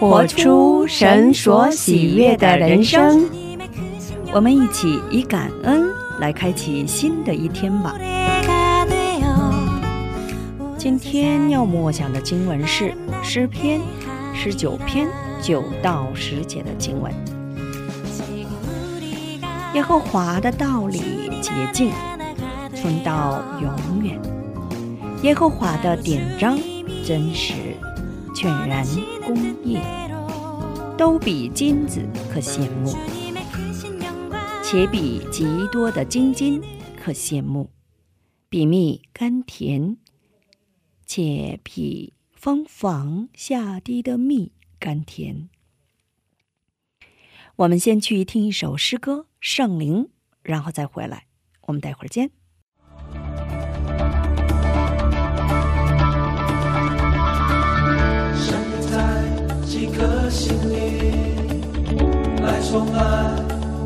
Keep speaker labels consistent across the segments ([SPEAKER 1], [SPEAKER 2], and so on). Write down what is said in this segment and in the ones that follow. [SPEAKER 1] 活出神所喜悦的人生。
[SPEAKER 2] 我们一起以感恩来开启新的一天吧。今天要默想的经文是诗篇十九篇九到十节的经文。耶和华的道理洁净，存到永远。耶和华的典章真实，全然公义，都比金子可羡慕，且比极多的金金可羡慕，比蜜甘甜，且比蜂房下滴的蜜甘甜。我们先去听一首诗歌《圣灵》，然后再回来。我们待会儿见。
[SPEAKER 3] 生在几颗心里，来充满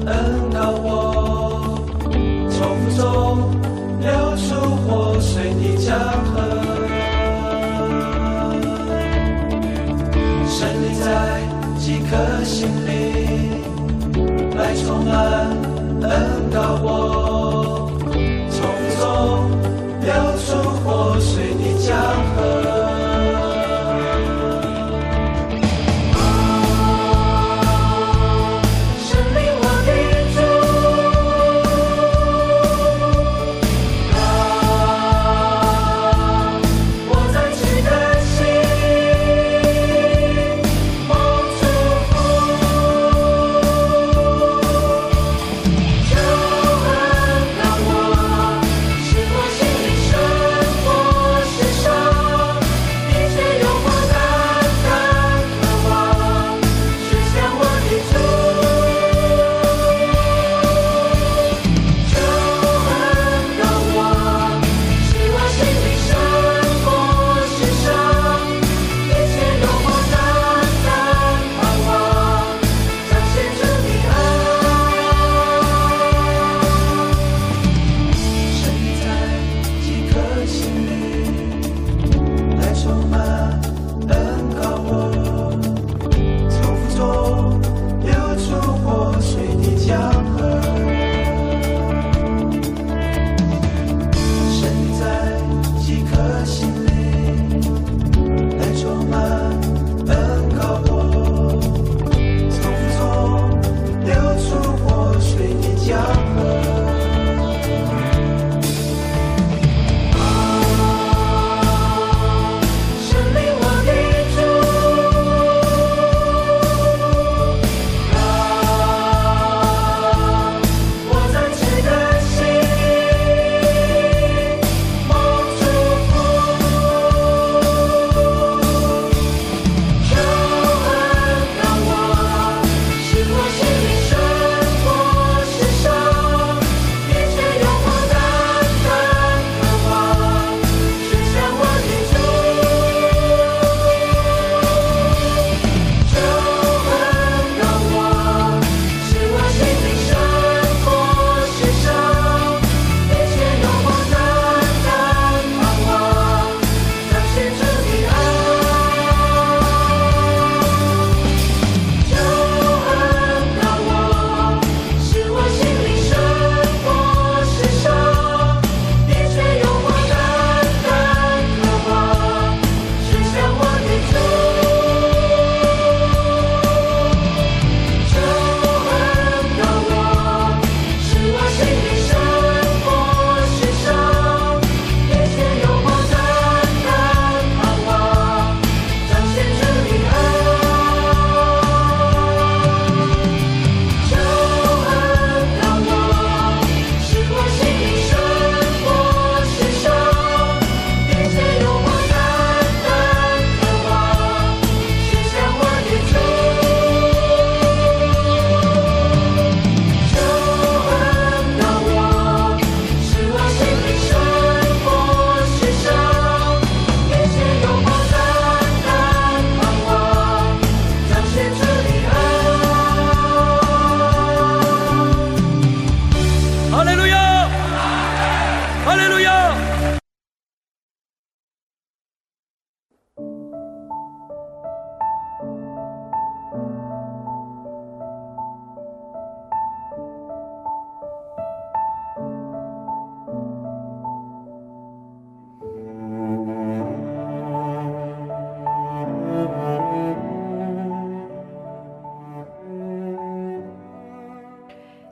[SPEAKER 3] 恩膏我，从中流出活水的江河。生命在几颗心里，来充满恩膏我，从中流出活水的江河。神灵，我的主，啊，我在你的心梦祝福，求恩让我，使我心里生活时尚。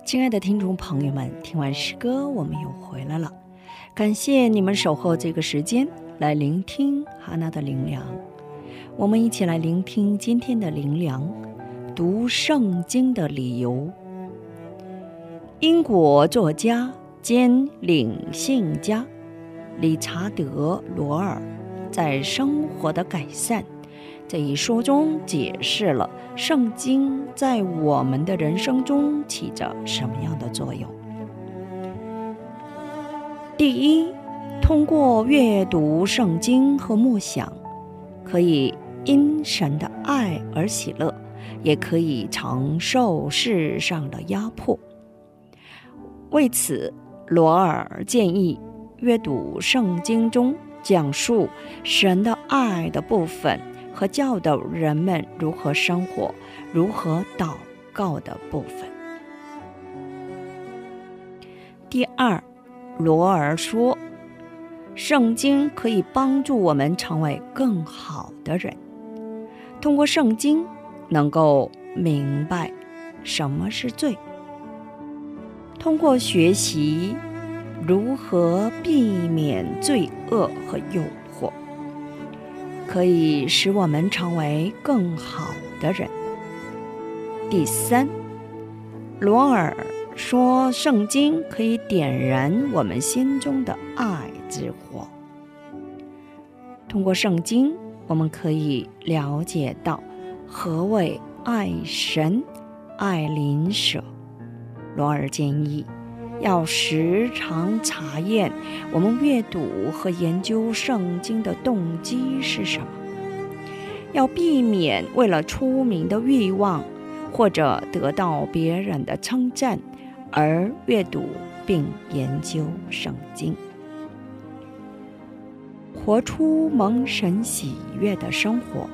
[SPEAKER 2] 亲爱的听众朋友们，听完诗歌，我们又回来了。感谢你们守候这个时间来聆听哈娜的灵粮。我们一起来聆听今天的灵粮，读圣经的理由。英国作家兼领性家理查德·罗尔在《生活的改善》这一书中解释了圣经在我们的人生中起着什么样的作用。第一，通过阅读圣经和默想，可以因神的爱而喜乐，也可以承受世上的压迫。为此，罗尔建议阅读圣经中讲述神的爱的部分和教导人们如何生活、如何祷告的部分。第二。罗尔说：“圣经可以帮助我们成为更好的人。通过圣经，能够明白什么是罪；通过学习如何避免罪恶和诱惑，可以使我们成为更好的人。”第三，罗尔。说圣经可以点燃我们心中的爱之火。通过圣经，我们可以了解到何谓爱神、爱邻舍。罗尔建议要时常查验我们阅读和研究圣经的动机是什么，要避免为了出名的欲望或者得到别人的称赞。而阅读并研究圣经，活出蒙神喜悦的生活，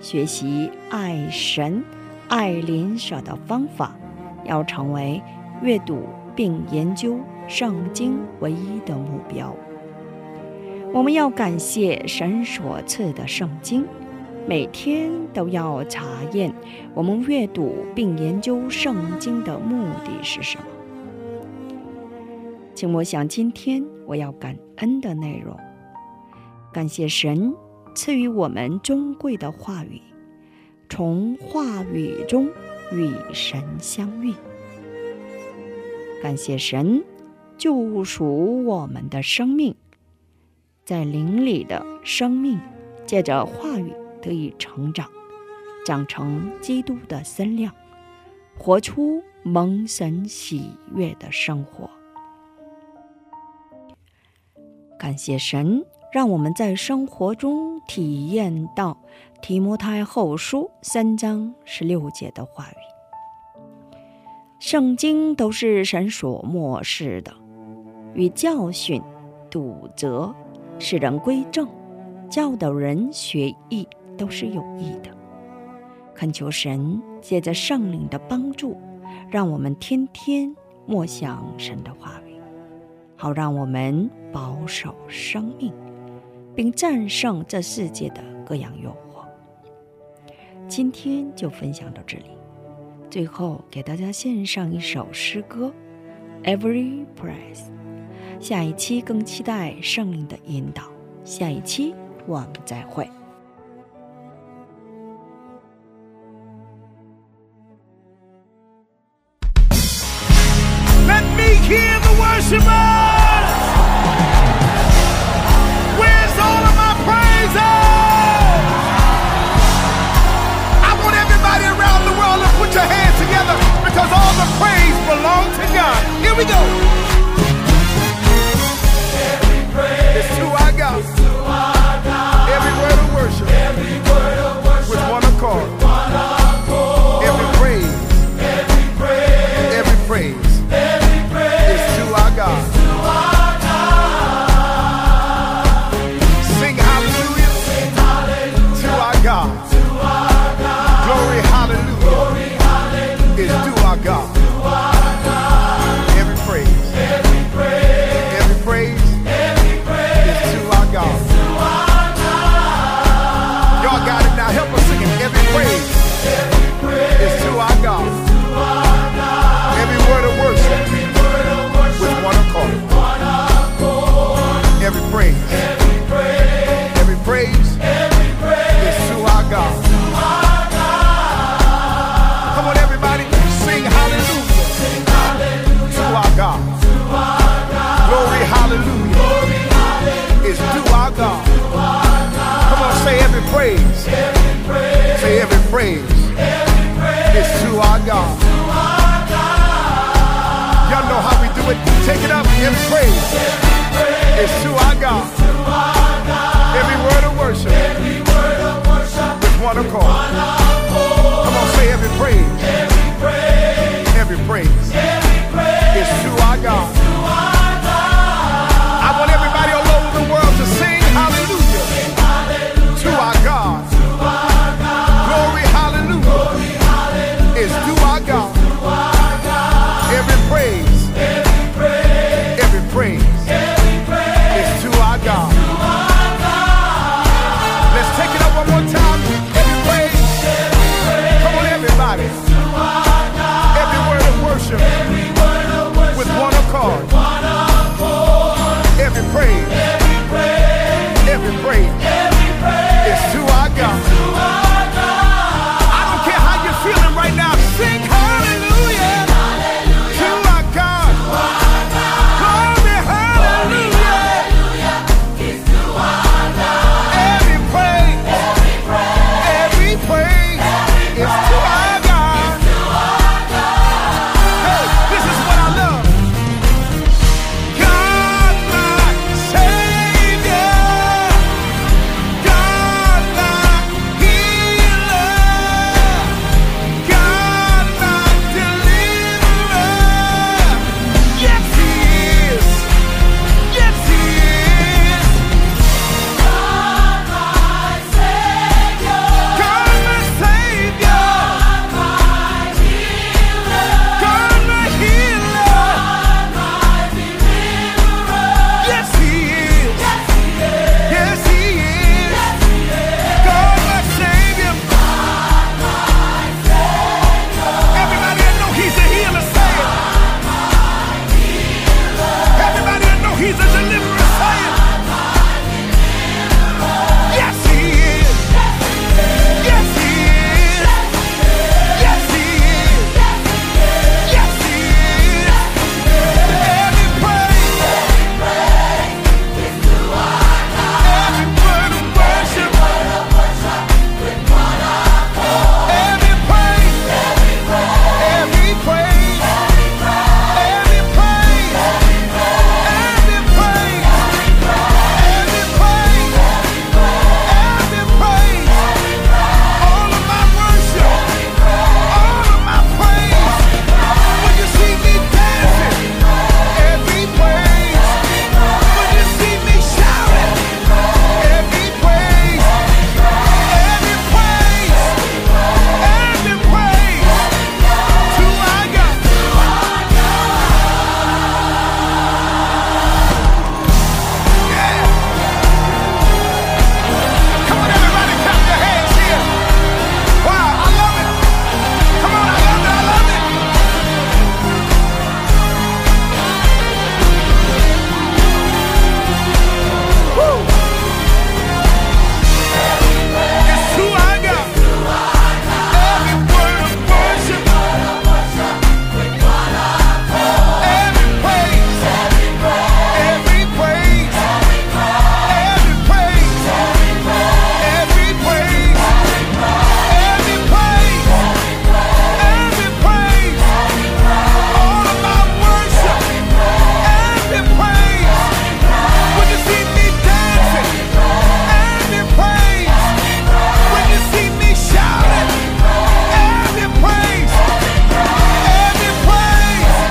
[SPEAKER 2] 学习爱神、爱邻舍的方法，要成为阅读并研究圣经唯一的目标。我们要感谢神所赐的圣经，每天都要查验我们阅读并研究圣经的目的是什么。请默想今天我要感恩的内容，感谢神赐予我们珍贵的话语，从话语中与神相遇。感谢神救赎我们的生命，在灵里的生命借着话语得以成长，长成基督的身量，活出蒙神喜悦的生活。感谢神，让我们在生活中体验到提摩太后书三章十六节的话语。圣经都是神所漠视的，与教训、堵责、使人归正、教导人学艺都是有益的。恳求神借着圣灵的帮助，让我们天天默想神的话语。好，让我们保守生命，并战胜这世界的各样诱惑。今天就分享到这里。最后给大家献上一首诗歌《Every Breath》。下一期更期待圣灵的引导。下一期我们再会。
[SPEAKER 4] Let me hear the worshipers! Where's all of my praises? I want everybody around the world to put your hands together because all the praise belongs to God. Here we go. It's to our God. Every word of worship. With one accord. Every praise. Every praise. Every praise is to our God. It's to our God. Y'all know how we do it. Take it up, give praise. It's to our God. Every word of worship. With one accord. Come on, say every praise. Every praise. It's to our God. I want everybody all over the world to sing hallelujah to our God. Glory, hallelujah. Is to our God. Every praise, every praise is to our God. Let's take it up one more time. Every praise. Come on, everybody. Every word of worship. With one accord. Every praise. Every praise. It's to our God. I don't care how you're feeling right now. Sing hallelujah. To our God. Glory, hallelujah. Every praise, every praise is to our God. Hey, this is what I love. God, my Savior. God my healer, God my deliverer. Yes, He is. Yes, He is. God my Savior, God my Savior, God my healer, God my healer, God my deliverer. Yes, He is. Yes, He is. God, my Savior. Everybody that know He's a healer, say it. Everybody that know He's a deliverer, say it. Yes, He is. Yes, He is. Yes, He is. Yes, He is. Every praise, every word of worship. Every praise, every praise, every praise, every praise, every praise, every praise. All of my worship, all of my praise. When you see me dancing, every praise. When you see me shouting, every praise, every praise. Every praise to our God. Yeah. Come on, everybody, clap your hands here. Wow, I love it. Come on, I love it. I love it. Woo. It's to our God. Every word of worship. Every praise. Every praise. Every praise. Every praise. Every praise. Every praise. All of my worship. Every praise. When you see me dancing. Every praise. When you see me shouting. Every praise. Every praise.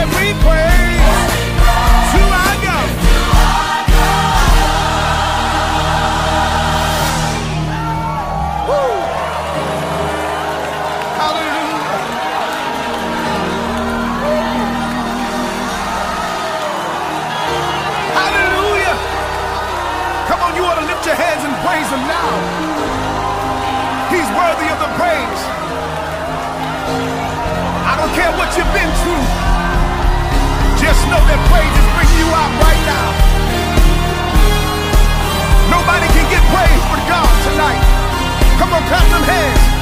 [SPEAKER 4] Every praise. To our God. Woo. Hallelujah. Hallelujah. Come on, you ought to lift your hands and praise him now. He's worthy of the praise. I don't care what you've been through. Just know that praise is bringing you out right now. Nobody can get praise but God tonight. Come on, clap them hands.